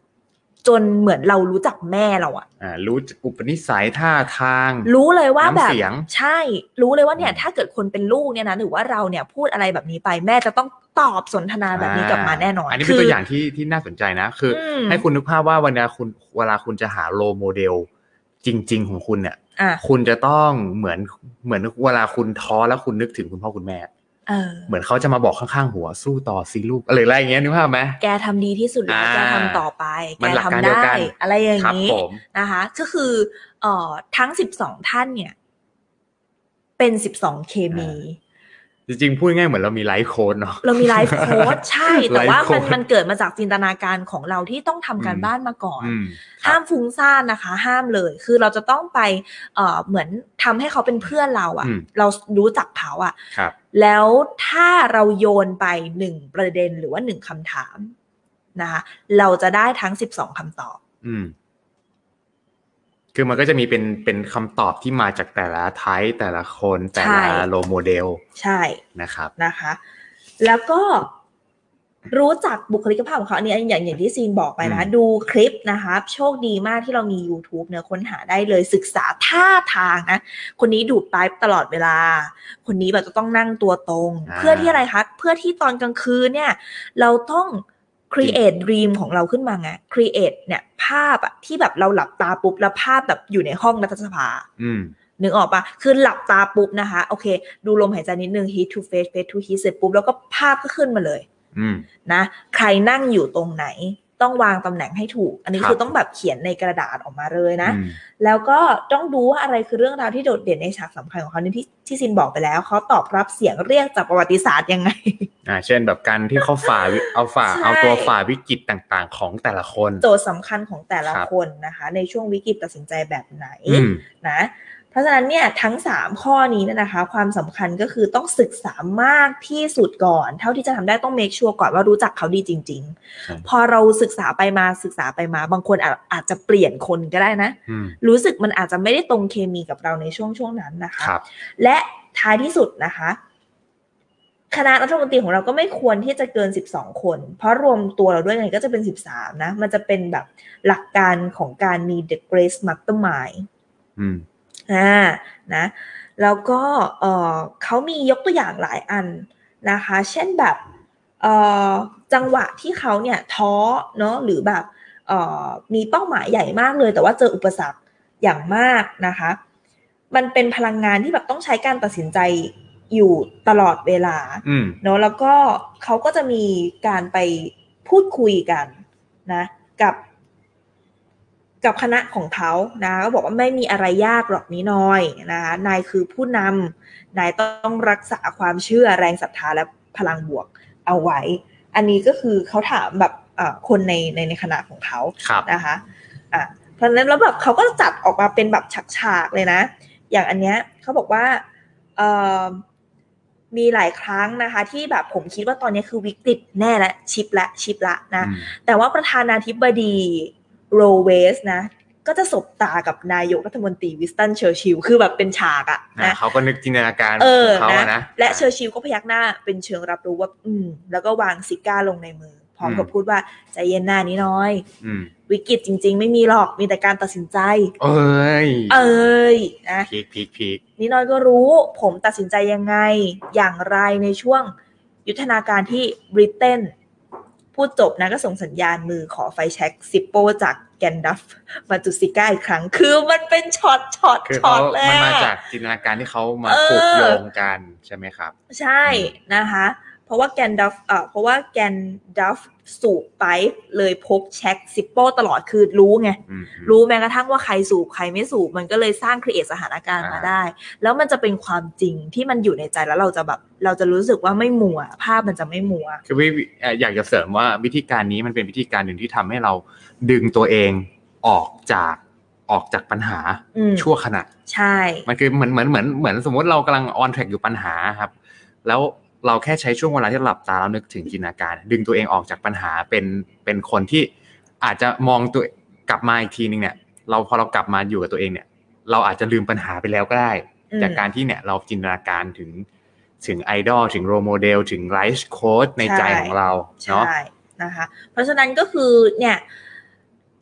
จนเหมือนเรารู้จักแม่เราอะ่ะ อ่ารู้อุปนิสัยท่าทาง รู้เลยว่าแบบ น้ำเสียง ใช่ รู้เลยว่าเนี่ย อืม ถ้าเกิดคนเป็นลูกเนี่ยนะหรือว่าเราเนี่ยพูดอะไรแบบนี้ไปแม่จะต้องตอบสนทนาแบบนี้ าก ลับมาแน่นอน อันนี้เป็นตัวอย่างที่ที่น่าสนใจนะ คืออ ม ให้คุณนึกภาพว่าวันนี้คุณเวลาคุณจะหาโลโมเดล จริง ๆ ของคุณเนี่ย อ่ะ คุณจะต้องเหมือนเหมือนเวลาคุณท้อแล้วคุณนึกถึงคุณพ่อคุณแม่ เออ เหมือนเขาจะมาบอกข้างๆหัวสู้ต่อสิลูกอะไรอะไรอย่างเงี้ยนึกภาพไหม แกทำดีที่สุดแล้ว อ่า แกทำต่อไป มั แก นหลัก ทำ การเดียว ได้ กัน อะไรอย่าง ครับ นี้ ผม นะคะก็คือเอ่อทั้งสิบสองท่านเนี่ย เป็นสิบสองเคมี อ่ จริงๆพูดง่ายเหมือนเรามีไลฟ์โค้ดเนาะ เรามีไลฟ์โค้ด [laughs] ใช่ แต่ว่า ไลฟ์โค้ มัน ช มันเกิดมาจากจินตนาการของเราที่ต้องทำการ อืม บ้านมาก่อน อืมครั ห้า บ มฟุ้งซ่านนะคะ ห้ามเลย คือเราจะต้องไปเอ่อเหมือนทำให้เขาเป็นเพื่อนเราอะ อืม เรารู้จักเขาอะ ครับ แล้วถ้าเราโยนไปหนึ่งประเด็นหรือว่าหนึ่งคำถามนะคะเราจะได้ทั้งสิบสองคำตอบ อืม คือมันก็จะมีเป็นเป็นคำตอบที่มาจากแต่ละไทป์แต่ละคนแต่ละ ใช่ โลโมเดล ใช่ นะครับ นะคะ แล้วก็รู้จักบุคลิกภาพของเขาอันนี้อย่างอย่างที่ซีนบอกไปนะ อืม ดูคลิปนะคะ โชคดีมากที่เรามี YouTube เนี่ยค้นหาได้เลยศึกษาท่าทางนะ คนนี้ดูดไลฟ์ตลอดเวลา คนนี้แบบจะต้องนั่งตัวตรง เพื่อที่อะไรคะ เพื่อที่ตอนกลางคืนเนี่ย เราต้อง create dream ของเราขึ้นมาไง create เนี่ย ภาพอะที่แบบเราหลับตาปุ๊บแล้วภาพแบบอยู่ในห้องรัฐสภา อืม นึกออกปะคือหลับตาปุ๊บนะคะ โอเค ดูลมหายใจนิดนึง heat to face face to heat เสร็จปุ๊บ แล้วก็ภาพก็ขึ้นมาเลย อืม นะ ใครนั่งอยู่ตรงไหน ต้องวางตำแหน่งให้ถูก อันนี้ ครับ คือต้องแบบเขียนในกระดาษออกมาเลยนะ อืม แล้วก็ต้องดูว่าอะไรคือเรื่องราวที่โดดเด่นในฉากสำคัญของเขาเนี่ยที่ที่ซินบอกไปแล้ว เขาตอบรับเสียงเรียกจากประวัติศาสตร์ยังไง [laughs] อ่าเช่นแบบการที่เขาฝ่าวิเอาฝ่า ใช่ เอาตัวฝ่าวิกฤตต่างๆ ของแต่ละคน โจทย์สำคัญของแต่ละ ครับ คนนะคะ ในช่วงวิกฤตตัดสินใจแบบไหน อืม นะเพราะฉะนั้นเนี่ยทั้ง 3 ข้อนี้เนยนะคะ ความสำคัญก็คือต้องศึกษามากที่สุดก่อน เท่าที่จะทำได้ต้องเมคชัวร์ก่อนว่ารู้จักเขาดีจริง ใช่ ๆ พอเราศึกษาไปมาศึกษาไปมา บางคนอาจอาจจะเปลี่ยนคนก็ได้นะ อืม รู้สึกมันอาจจะไม่ได้ตรงเคมีกับเราในช่วงช่วงนั้นนะคะ ครับ และท้ายที่สุดนะคะ คณะรัฐมนตรีของเราก็ไม่ควรที่จะเกิน 12 คน เพราะรวมตัวเราด้วยไงก็จะเป็น 13 นะ มันจะเป็นแบบหลักการของการมี the grace mastermind อืม อ่านะแล้วก็เออเขามียกตัวอย่างหลายอันนะคะ เช่นแบบเออจังหวะที่เขาเนี่ยท้อเนาะหรือแบบเออมีเป้าหมายใหญ่มากเลย แต่ว่าเจออุปสรรคอย่างมากนะคะ มันเป็นพลังงานที่แบบต้องใช้การตัดสินใจอยู่ตลอดเวลา อืม เนอะแล้วก็เขาก็จะมีการไปพูดคุยกันนะกับกับคณะของเขานะก็บอกว่าไม่มีอะไรยากหรอกนี้น้อยนะคะนายคือผู้นำนายต้องรักษาความเชื่อแรงศรัทธาและพลังบวกเอาไว้ อันนี้ก็คือเขาถามแบบเอ่อคนในในในคณะของเขา ครับ นะคะ อ่ะ เพราะฉะนั้นแล้วแบบเขาก็จัดออกมาเป็นแบบฉากๆเลยนะ อย่างอันเนี้ยเขาบอกว่าเอ่อมีหลายครั้งนะคะ ที่แบบผมคิดว่าตอนนี้คือวิกฤตแน่และชิปละชิปละนะ อืม แต่ว่าประธานาธิบดีโรเวสนะ ก็จะสบตากับนายกรัฐมนตรีวิสตันเชอร์ชิลลคือแบบเป็นฉากอะ อ่า นะ เขาก็นึกจินตนาการ เออ ของเขาอะ นะ นะ และเชอร์ชิลก็พยักหน้าเป็นเชิงรับรู้ว่า อืม แล้วก็วางซิก้าลงในมือ พร้อมกับ อืม พูดว่าใจเย็นหน้านี้น้อย อืม วิกฤตจริง ๆ ไม่มีหรอกมีแต่การตัดสินใจ เอ้ย เอ้ยนะ พีคพีคพีค นิดหน้อยก็รู้ ผมตัดสินใจยังไง อย่างไรในช่วงยุทธนาการที่บริเตนพูดจบนะก็ส่งสัญญาณมือขอไฟแช็กซิปโปจากแกนดัฟมาจุดซิก้าอีกครั้ง คือมันเป็นช็อตช็อต คือ ช็อตเขาเลย มันมา อะ จากจินตนาการที่เขามา เออ ผูกโยงกันใช่ไหมครับ ใช่นะคะ เพราะว่าแกนดัฟเอ่อเพราะว่าแกนดัฟสูบไปเลยพกแช็กซิปโปตลอดคือรู้ไง อืมอืม รู้แม้กระทั่งว่าใครสูบใครไม่สูบมันก็เลยสร้างครีเอทสถานการณ์มา อ่า ได้ แล้วมันจะเป็นความจริงที่มันอยู่ในใจแล้วเราจะแบบเราจะรู้สึกว่าไม่มัวภาพมันจะไม่มัว คือวิวิเอ่ออยากจะเสริมว่าวิธีการนี้มันเป็นวิธีการหนึ่งที่ทำให้เราดึงตัวเองออกจากออกจากปัญหา อืม ชั่วขณะ ใช่ มันคือเหมือนเหมือนเหมือนเหมือนสมมติเรากำลังออนแทร็กอยู่ปัญหาครับ แล้ว เราแค่ใช้ช่วงเวลาที่หลับตาแล้วนึกถึงจินตนาการ ดึงตัวเองออกจากปัญหาเป็นเป็นคนที่อาจจะมองตัวกลับมาอีกทีนึงเนี่ยเราพอเรากลับมาอยู่กับตัวเองเนี่ย เราอาจจะลืมปัญหาไปแล้วก็ได้ อืม จากการที่เนี่ยเราจินตนาการถึงถึงไอดอลถึงโรโมเดลถึงไลฟ์โค้ดในใจ ใช่ ของเรา ใช่ เนาะ นะคะ เพราะฉะนั้นก็คือเนี่ย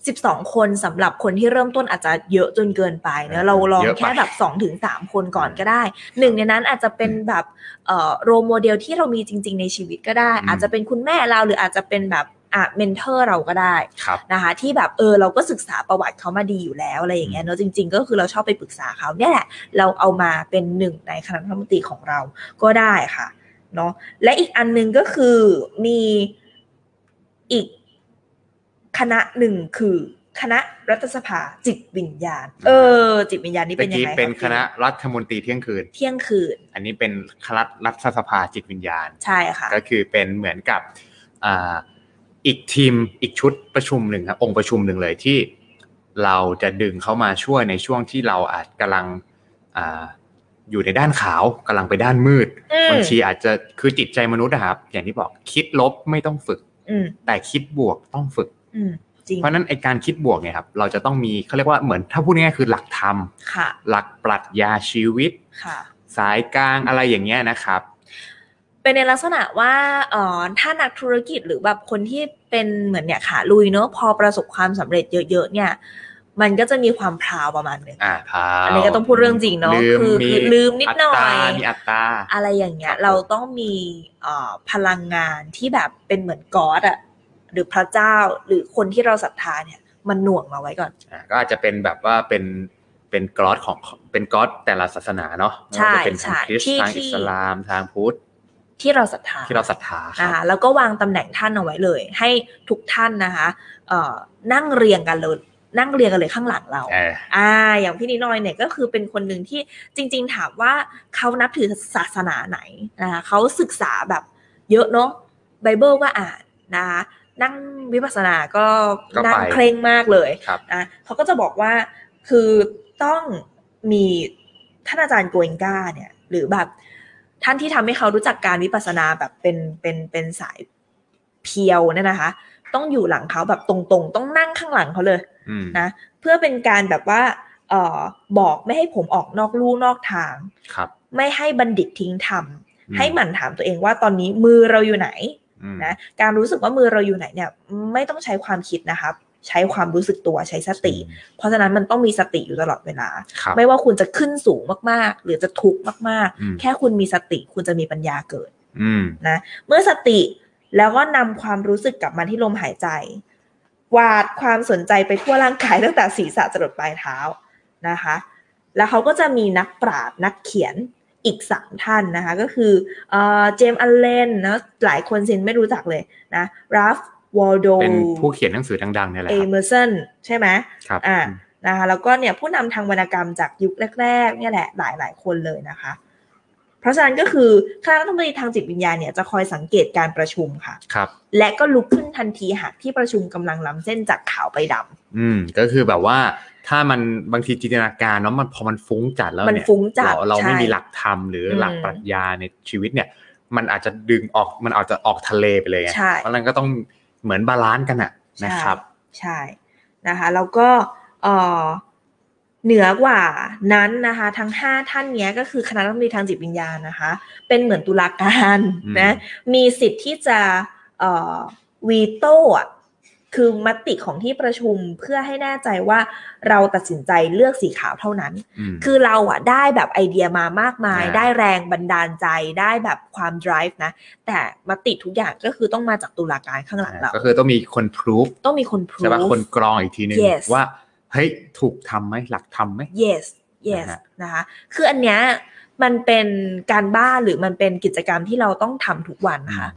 สิบสองคนสำหรับคนที่เริ่มต้นอาจจะเยอะจนเกินไปเนอะเราลอง ยะไป แค่แบบสองถึงสามคนก่อนก็ได้หนึ่งในนั้นอาจจะเป็นแบบเอ่อโรโมเดลที่เรามีจริง ๆ ในชีวิตก็ได้ อืม อาจจะเป็นคุณแม่เราหรืออาจจะเป็นแบบอ่ะเมนเทอร์เราก็ได้ ครับ นะคะที่แบบเออเราก็ศึกษาประวัติเขามาดีอยู่แล้วอะไรอย่างเงี้ยเนอะจริง ๆ ก็คือเราชอบไปปรึกษาเขาเนี่ยแหละเราเอามาเป็นหนึ่งในคณะรัฐมนตรีของเราก็ได้ค่ะเนาะและอีกอันหนึงก็คือมีอีกคณะหนึ่งคือคณะรัฐสภาจิตวิญญาณ เออ จิตวิญญาณนี่ เมื่ เป็ อน ยัง กี้ ไงรับ เป็นคณะรัฐมนตรีเที่ยงคืน เที่ยงคืน อันนี้เป็นคณะรัฐสภาจิตวิญญาณ ใช่ค่ะ ก็คือเป็นเหมือนกับอ่าอีกทีมอีกชุดประชุมหนึ่งครับองค์ประชุมหนึ่งเลยที่เราจะดึงเขามาช่วยในช่วงที่เราอาจกำลังอ่าอยู่ในด้านขาวกำลังไปด้านมืด อืม บางทีอาจจะคือจิตใจมนุษย์นะครับ อย่างที่บอกคิดลบไม่ต้องฝึก อืม แต่คิดบวกต้องฝึก อืมจริง เพราะฉะนั้นไอการคิดบวกเนี่ยครับเราจะต้องมีเขาเรียกว่าเหมือนถ้าพูดง่ายๆคือหลักธรรม ค่ะ หลักปรัชญาชีวิต ค่ะ สายกลางอะไรอย่างเงี้ยนะครับ เป็นในลักษณะว่าเอ่อถ้านักธุรกิจหรือแบบคนที่เป็นเหมือนเนี่ยขาลุยเนอะพอประสบความสำเร็จเยอะๆเนี่ย มันก็จะมีความพราวประมาณหนึง อ่าพา อันนี้ก็ต้องพูดเรื่องจริงเนอะ ลืม คือ มี คือลืมนิดหน่อย ตรามีอัตรา อะไรอย่างเงี้ ค ย รับผม เราต้องมีเอ่อพลังงานที่แบบเป็นเหมือนก๊อดอะหรือพระเจ้าหรือคนที่เราศรัทธาเนี่ยมันหน่วงเราไว้ก่อน าก็อาจจะเป็นแบบว่าเป็นเป็นกรอดของเป็นกรอดแต่ละศาสนาเนาะ ใช่ ไม่ว่าจะเป็นทางคริส ใช่ ต์ทาง ที่ อิสลามทางพุทธ ที่เราศรัทธา ที่เราศรัทธาค อ่า รับ แล้วก็วางตำแหน่งท่านเอาไว้เลย ให้ทุกท่านนะคะเอ่อนั่งเรียงกันเลยนั่งเรียงกันเลยข้างหลังเรา เออ อ่าอย่างพี่นิโนอยเนี่ยก็คือเป็นคนหนึ่งที่จริง ๆ ถามว่าเขานับถือศาสนาไหนนะคะเขาศึกษาแบบเยอะเนาะไบเบิลก็อ่านนะคะนั่งวิปัสสนาก็ ก็ไป นั่งเคร่งมากเลย ครับ นะเขาก็จะบอกว่าคือต้องมีท่านอาจารย์โกเอนกาเนี่ย หรือแบบท่านที่ทำให้เขารู้จักการวิปัสสนาแบบเป็นเป็นเป็นสายเพียวเนี่ยนะคะ ต้องอยู่หลังเขาแบบตรงๆ ต้องนั่งข้างหลังเขาเลย อืม นะเพื่อเป็นการแบบว่าเออบอกไม่ให้ผมออกนอกลู่นอกทาง ครับ ไม่ให้บัณฑิตทิ้งธรรม อื ให้หมั่นถามตัวเองว่าตอนนี้มือเราอยู่ไหน อืม นะการรู้สึกว่ามือเราอยู่ไหนเนี่ยไม่ต้องใช้ความคิดนะครับ ใช้ความรู้สึกตัวใช้สติ เพราะฉะนั้นมันต้องมีสติอยู่ตลอดเวลา ครับ ไม่ว่าคุณจะขึ้นสูงมากๆ หรือจะทุกข์มาก อืม ๆ แค่คุณมีสติคุณจะมีปัญญาเกิด อืม เมื่อสติแล้วก็นำความรู้สึกกลับมาที่ลมหายใจ วาดความสนใจไปทั่วร่างกาย [laughs] ตั้งแต่ศีรษะจรดปลายเท้านะคะ แล้วเขาก็จะมีนักปราชญ์นักเขียนอีกสามท่านนะคะ ก็คือเอ่อเจมส์อัลเลนนะหลายคนเซนไม่รู้จักเลยนะราฟวอลโด เป็นผู้เขียนหนังสือดังๆเนี่ยแหละ เอ ครับ เมอร์สันใช่ไหม ครับ อ่า นะคะแล้วก็เนี่ยผู้นำทางวรรณกรรมจากยุคแรกๆเนี่ยแหละหลายหลายๆคนเลยนะคะ เพราะฉะนั้นก็คือคณะรัฐมนตรีทางจิตวิญญาณเนี่ยจะคอยสังเกตการประชุมค่ะ ครับ และก็ลุกขึ้นทันทีหากที่ประชุมกำลังล้ำเส้นจากขาวไปดำ อืมก็คือแบบว่าถ้ามันบางทีจินตนาการเนาะมันพอมันฟุ้งจัดแล้ว มัน เนี่ย ฟุ้งจัด เราเราไม่ ใช่ มีหลักธรรมหรืออ ม หลักปรัชญาในชีวิตเนี่ย มันอาจจะดึงออกมันอาจจะออกทะเลไปเลยไง ใช่ เพราะฉะนั้นก็ต้องเหมือนบาลานซ์กันอะนะครับ ใช่นะคะแล้วก็เอ่อเหนือกว่านั้นนะคะ ทั้ง 5 ท่านเนี้ยก็คือคณะรัฐมนตรีทางจิตวิญญาณนะคะ เป็นเหมือนตุลาการ อืม นะมีสิทธิ์ที่จะเอ่อวีโต้อะคือมติของที่ประชุมเพื่อให้แน่ใจว่าเราตัดสินใจเลือกสีขาวเท่านั้น อืม คือเราอะได้แบบไอเดียมามากมาย อ่า ได้แรงบันดาลใจได้แบบความ drive นะ แต่มติทุกอย่างก็คือต้องมาจากตุลาการข้างหลังเรา ก็คือต้องมีคนพ o ู f ต้องมีคน proof ใช่ป่ะคนกรองอีกทีนึง Yes ว่าเฮ้ยถูกทำไหมหลักทำไหม yes yes นะฮะ นะคะ คืออันเนี้ยมันเป็นการบ้านหรือมันเป็นกิจกรรมที่เราต้องทำทุกวันนะคะ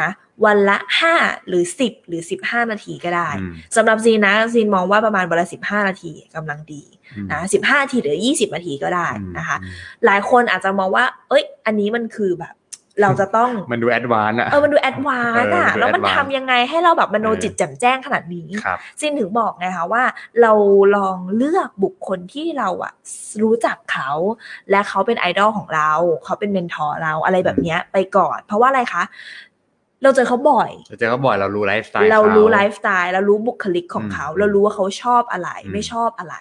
นะ วันละ 5 หรือ 10 หรือ 15 นาทีก็ได้ อืม สำหรับซีนนะซีนมองว่าประมาณวันละ 15 นาทีกำลังดี อืม นะ15 นาทีหรือ 20 นาทีก็ได้ อืม นะคะ อืม หลายคนอาจจะมองว่า เอ้ย อันนี้มันคือแบบ เราจะ [laughs] ต้อง มันดูแอดวานซ์อะ เออมันดูแอดวานซ์อะ เออมันดู แล้วมัน advance ทำยังไงให้เราแบบมโน เออ จิตแจ่มแจ้งขนาดนี้ ครับ ซินถึงบอกไงคะว่าเราลองเลือกบุคคลที่เราอะรู้จักเขา และเขาเป็นไอดอลของเรา เขาเป็นเมนทอร์เราอะไรแบบเนี้ยไปก่อน เพราะว่าอะไรคะ เราเจอเขาบ่อย เราเจอเขาบ่อยเรารู้ไลฟ์สไตล์ เรารู้ไลฟ์สไตล์เรารู้บุคลิกของเขา อืม เรารู้ว่าเขาชอบอะไร อืม ไม่ชอบอะไร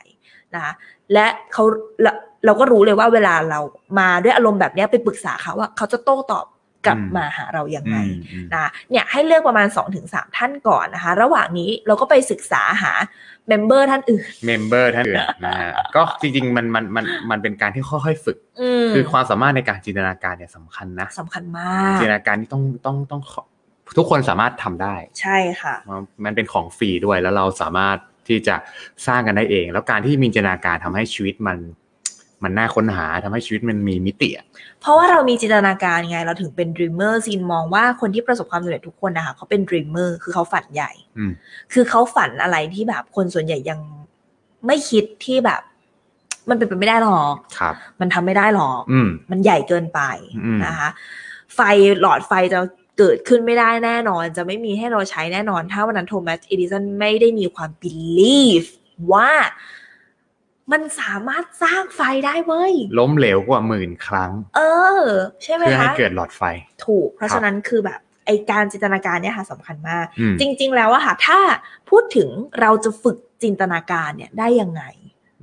นะคะและเขาเราเราก็รู้เลยว่าเวลาเรามาด้วยอารมณ์แบบเนี้ยไปปรึกษาเขาว่าเขาจะโต้ตอบกลับมาหาเรายัง อื ไง มอืม นะเนี่ยให้เลือกประมาณ 2-3 ท่านก่อนนะคะ ระหว่างนี้เราก็ไปศึกษาหาเมมเบอร์ท่านอื่น เมมเบอร์ท่านอื่นนะฮะ ก็จริงๆ มันมันมันมันเป็นการที่ค่อยๆ ฝึก อืม คือความสามารถในการจินตนาการเนี่ยสำคัญนะ สำคัญมาก จินตนาการที่ต้องต้องต้องทุกคนสามารถทำได้ ใช่ค่ะ มันเป็นของฟรีด้วยแล้วเราสามารถที่จะสร้างกันได้เอง แล้วการที่มีจินตนาการทำให้ชีวิตมัน มันน่าค้นหาทำให้ชีวิตมันมีมิติอะ เพราะว่าเรามีจินตนาการไง เราถึงเป็น dreamer ซีนมองว่าคนที่ประสบความสำเร็จทุกคนนะคะเขาเป็น dreamer คือเขาฝันใหญ่ อืม คือเขาฝันอะไรที่แบบคนส่วนใหญ่ยังไม่คิดที่แบบ มันเป็นไปไม่ได้หรอก ครับ มันทำไม่ได้หรอก อืม มันใหญ่เกินไป อืม นะคะ ไฟหลอดไฟจะเกิดขึ้นไม่ได้แน่นอน จะไม่มีให้เราใช้แน่นอน ถ้าวันนั้นโทมัสเอดิสันไม่ได้มีความ belief ว่ามันสามารถสร้างไฟได้เว้ย ล้มเหลวกว่าหมื่นครั้ง เออ ใช่ไหม เพื่อ คะ ให้เกิดหลอดไฟ ถูก เพราะ ครับ ฉะนั้นคือแบบไอการจินตนาการเนี่ยค่ะสำคัญมาก อืม จริง ๆ แล้วอะค่ะ ถ้าพูดถึงเราจะฝึกจินตนาการเนี่ยได้ยังไง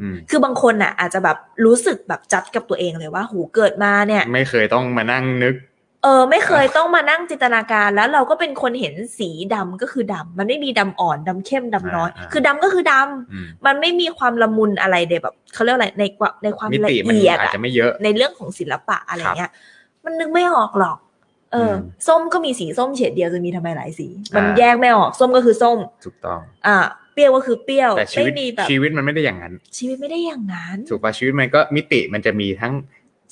อืม คือบางคนน่ะอาจจะแบบรู้สึกแบบจัดกับตัวเองเลยว่าหูเกิดมาเนี่ย ไม่เคยต้องมานั่งนึก เออไม่เคยต้องมานั่งจินตนาการแล้วเราก็เป็นคนเห็นสีดำก็คือดำมันไม่มีดำอ่อนดำเข้มดำน้อย อ่าอ่า คือดำก็คือดำ อืม มันไม่มีความละมุนอะไรเดยแบบเขาเรียกอะไรในความในความ มิ ละ ติมัน เอียด อาจ อะ จะไม่เยอะ ในเรื่องของศิลปะอะไร ครับ เงี้ย มันนึกไม่ออกหรอก เอออ ม ส้มก็มีสีส้มเฉดเดียวจะมีทำไมหลายสี มัน อ่า แยกไม่ออก ส้มก็คือส้ม ถูกต้อง อ่า เปรี้ยวก็คือเปรี้ยว แต่ชีวิต ไม่มีแบบ ชีวิตมันไม่ได้อย่างนั้น ชีวิตไม่ได้อย่างนั้น ถูกป่ะชีวิตมันก็มิติมันจะมีทั้ง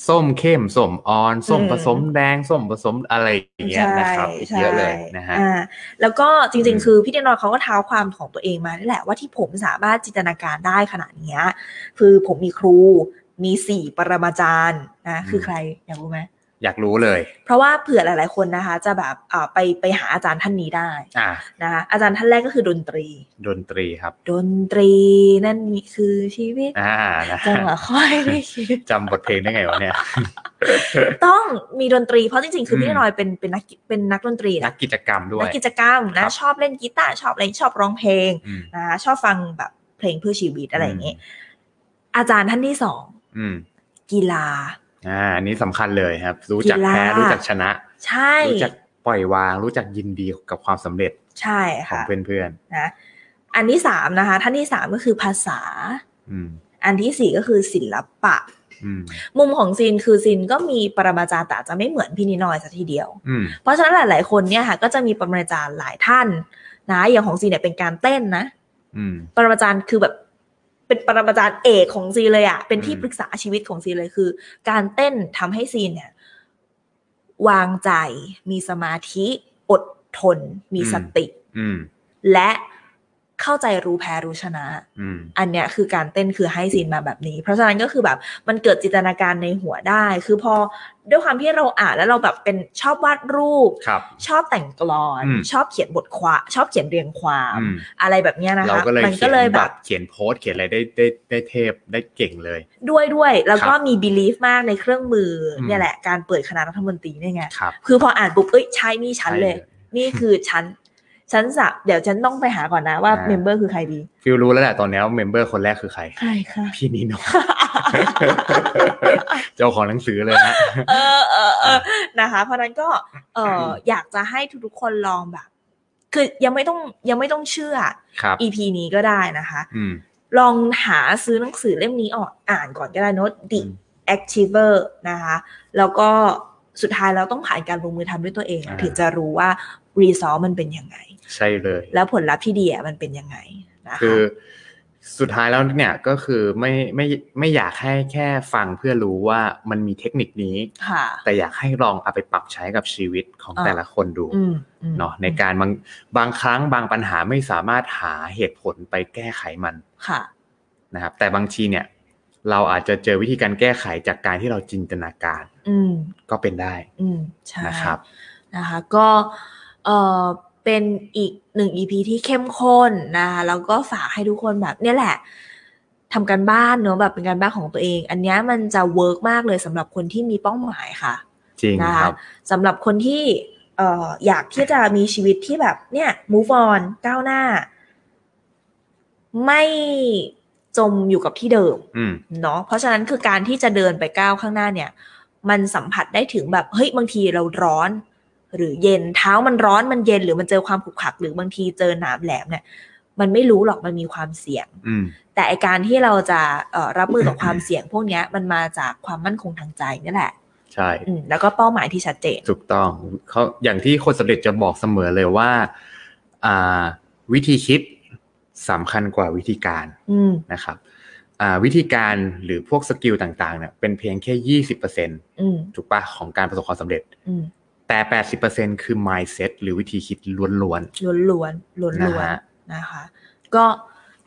ส้มเข้มส้มอ่อนส้ม อืม ผสมแดงส้มผสมอะไรอย่างเงี้ยนะครับอีกเยอะเลยนะฮะ อ่าแล้วก็จริง อืม ๆ คือพี่เดนนอนเขาก็เท้าความของตัวเองมานี่แหละว่าที่ผมสามารถจินตนาการได้ขนาดเนี้ยคือผมมีครูมีสี่ปรมาจารย์นะคือใครอยากรู้ไหม อยากรู้เลย เพราะว่าเผื่อหลายๆคนนะคะ จะแบบอ่าไปไปหาอาจารย์ท่านนี้ได้ อ่ะ นะคะอาจารย์ท่านแรกก็คือดนตรี ดนตรีครับ ดนตรีนั่นคือชีวิต อ่านะ จังหวะค่อยได้คิด จำบทเพลงได้ไงวะเนี่ย ต้องมีดนตรีเพราะจริงๆ คือ ม พี่เดนนอยเป็นเป็นนักกิเป็นนักดนตรี นั นะ กกิจกรรมด้วย นักกิจกรรม ค นะ รับ ชอบเล่นกีตาร์ชอบอะไรชอบร้องเพลง อืม นะคะชอบฟังแบบเพลงเพื่อชีวิตอะไรอย่างเงี้ยอาจารย์ท่านที่สอง อืม กีฬา อ่าอันนี้สำคัญเลยครับ รู้จักแพ้ กีฬารู้ รู้จักชนะ ใช่ รู้จักปล่อยวาง รู้จักยินดีกับความสำเร็จ ใช่ ของ ค่ะ เพื่อน นะอันที่สามนะคะ ท่านที่สามก็คือภาษา ๆอืม อันที่สี่ก็คือศิลปะ อืม มุมของซินคือซินก็มีปรมาจารย์แต่อาจจะไม่เหมือนพี่นิดหนอยสัทีเดียว อืม เพราะฉะนั้นหลาย ๆ คนเนี่ยค่ะ ก็จะมีปรมาจารย์หลายท่านนะอย่างของซีนเนี่ยเป็นการเต้นนะ อืม ปรมาจารย์คือแบบเป็นปรมาจารย์เอกของซีเลยอะเป็นที่ อืม ปรึกษาชีวิตของซีเลยคือ การเต้นทำให้ซีเนี่ย วางใจ มีสมาธิ อดทน มีสติ อืม และเข้าใจรู้แพ้รู้ชนะ อืม อันเนี้ยคือการเต้นคือให้ซีนมาแบบนี้ เพราะฉะนั้นก็คือแบบมันเกิดจินตนาการในหัวได้ คือพอด้วยความที่เราอ่านแล้วเราแบบเป็นชอบวาดรูป ครับ ชอบแต่งกลอน อืม ชอบเขียนบทความชอบเขียนเรียงความ อืม อะไรแบบเนี้ยนะ เรา คะ ก็เลย มั เขี ก็ ยน เลย แบ แบบ บ เขียนโพสต์เขียนอะไรได้ได้ได้เทพได้เก่งเลย ด้วยด้วยแล้วก็ ครับ มี belief มากในเครื่องมืออ ม เนี่ยแหละการเปิดคณะรัฐมนตรีเนี่ยไง ครับ คือพออ่านปุ๊บเอ้ยใช่นี่ฉันเลย ใช่ นี่คือฉัน ฉันสับเดี๋ยวฉันต้องไปหาก่อนนะว่า อ่า เมมเบอร์คือใครดี ฟิลรู้แล้วแหละตอนนี้ว่าเมมเบอร์คนแรกคือ [laughs] ใคร ใครค่ะ พี่นิโน [laughs] เจ้าของหนังสือเลยฮะ เออเออเออนะคะ เพราะฉะนั้นก็เอออยากจะให้ทุกๆคนลองแบบ คือยังไม่ต้องยังไม่ต้องเชื่อ ครับ EP นี้ก็ได้นะคะ อืม ลองหาซื้อหนังสือเล่มนี้ออกอ่านก่อนก็ได้เนอะ The อืม Activer นะคะ แล้วก็สุดท้ายเราต้องผ่านการลงมือทำด้วยตัวเอง อ่า ถึงจะรู้ว่ารีซอสมันเป็นยังไง ใช่เลย แล้วผลลัพธ์ที่ดีอะมันเป็นยังไงนะคะ คือ สุดท้ายแล้วเนี่ยก็คือไม่ไม่ไม่อยากให้แค่ฟังเพื่อรู้ว่ามันมีเทคนิคนี้ ค่ะ แต่อยากให้ลองเอาไปปรับใช้กับชีวิตของ อ่า แต่ละคนดู อืมอืม เนาะในการบางบางครั้งบางปัญหาไม่สามารถหาเหตุผลไปแก้ไขมัน ค่ะ นะครับแต่บางทีเนี่ย เราอาจจะเจอวิธีการแก้ไขจากการที่เราจินตนาการ อืม ก็เป็นได้ อืม ใช่ นะครับ นะคะก็เออเป็นอีกหนึ่ง EP ที่เข้มข้นนะคะแล้วก็ฝากให้ทุกคนแบบเนี่ยแหละทำการบ้านเนอะแบบเป็นการบ้านของตัวเอง อันเนี้ยมันจะเวิร์กมากเลยสำหรับคนที่มีเป้าหมายค่ะ จริง นะคะ ครับ สำหรับคนที่เอ่ออยากที่จะมีชีวิตที่แบบเนี่ย move on ก้าวหน้า ไม่จมอยู่กับที่เดิม อืม เนาะเพราะฉะนั้นคือการที่จะเดินไปก้าวข้างหน้าเนี่ย มันสัมผัสได้ถึงแบบเฮ้ยบางทีเราร้อน หรือเย็นเท้ามันร้อนมันเย็นหรือมันเจอความขรุกขลักหรือบางทีเจอหนามแหลมเนี่ย มันไม่รู้หรอกมันมีความเสี่ยง อืม แต่ไอการที่เราจะเอ่อรับมือกับความเสี่ยงพวกเนี้ยมันมาจากความมั่นคงทางใจนี่แหละ ใช่ อืมแล้วก็เป้าหมายที่ชัดเจน ถูกต้องเขาอย่างที่คนสำเร็จจะบอกเสมอเลยว่าอ่าวิธีคิดสำคัญกว่าวิธีการ อืม นะครับอ่าวิธีการหรือพวกสกิลต่างๆเนี่ยเป็นเพียงแค่ยี่สิบเปอร์เซ็น อืม ถูกปะของการประสบความสำเร็จ อืม แต่แปดสิบเปอร์เซ็นคือ mindset หรือวิธีคิดล้วน ล้วนล้วนล้วน ๆนะ ล้วน ฮะ ๆนะคะ ก็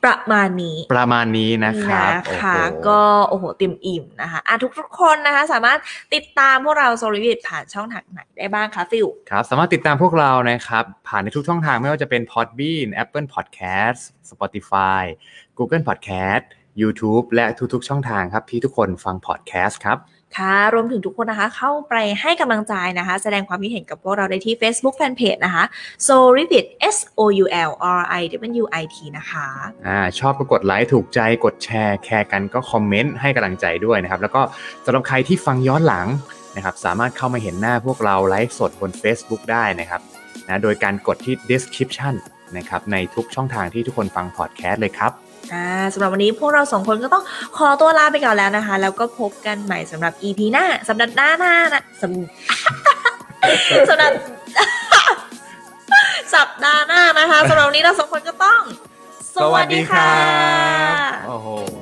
ประมาณนี้ ประมาณนี้นะครับ นะ โอ้โห คะ ก็โอ้โหเต็มอิ่มนะคะอ่ะทุกทุกๆคนนะคะ สามารถติดตามพวกเราโซลิวิทผ่านช่องทางไหนได้บ้างคะฟิล ครับสามารถติดตามพวกเรานะครับ ผ่านในทุกช่องทางไม่ว่าจะเป็น Podbean Apple Podcast Spotify Google Podcast YouTube และทุกๆ ช่องทางครับ ที่ทุกคนฟัง podcast ครับ ค่ะรวมถึงทุกคนนะคะเข้าไปให้กำลังใจนะคะ แสดงความคิดเห็นกับพวกเราได้ที่ Facebook Fanpage นะคะ s o l i v i t S O U L R I W I T นะคะ อ่าชอบก็กดไลค์ถูกใจกดแชร์แคร์กันก็คอมเมนต์ให้กำลังใจด้วยนะครับ แล้วก็สำหรับใครที่ฟังย้อนหลังนะครับ สามารถเข้ามาเห็นหน้าพวกเราไลฟ์สดบน Facebook ได้นะครับนะโดยการกดที่ description นะครับในทุกช่องทางที่ทุกคนฟัง podcast เลยครับ อ่าสำหรับวันนี้พวกเราสองคนก็ต้องขอตัวลาไปก่อนแล้วนะคะ แล้วก็พบกันใหม่สำหรับ EP หน้าสำหรับหน้าหน้านะสำ [laughs] สำหรับ [laughs] สัปดาห์หน้านะคะสำหรับวันนี้เราสองคนก็ต้อง โอ้โห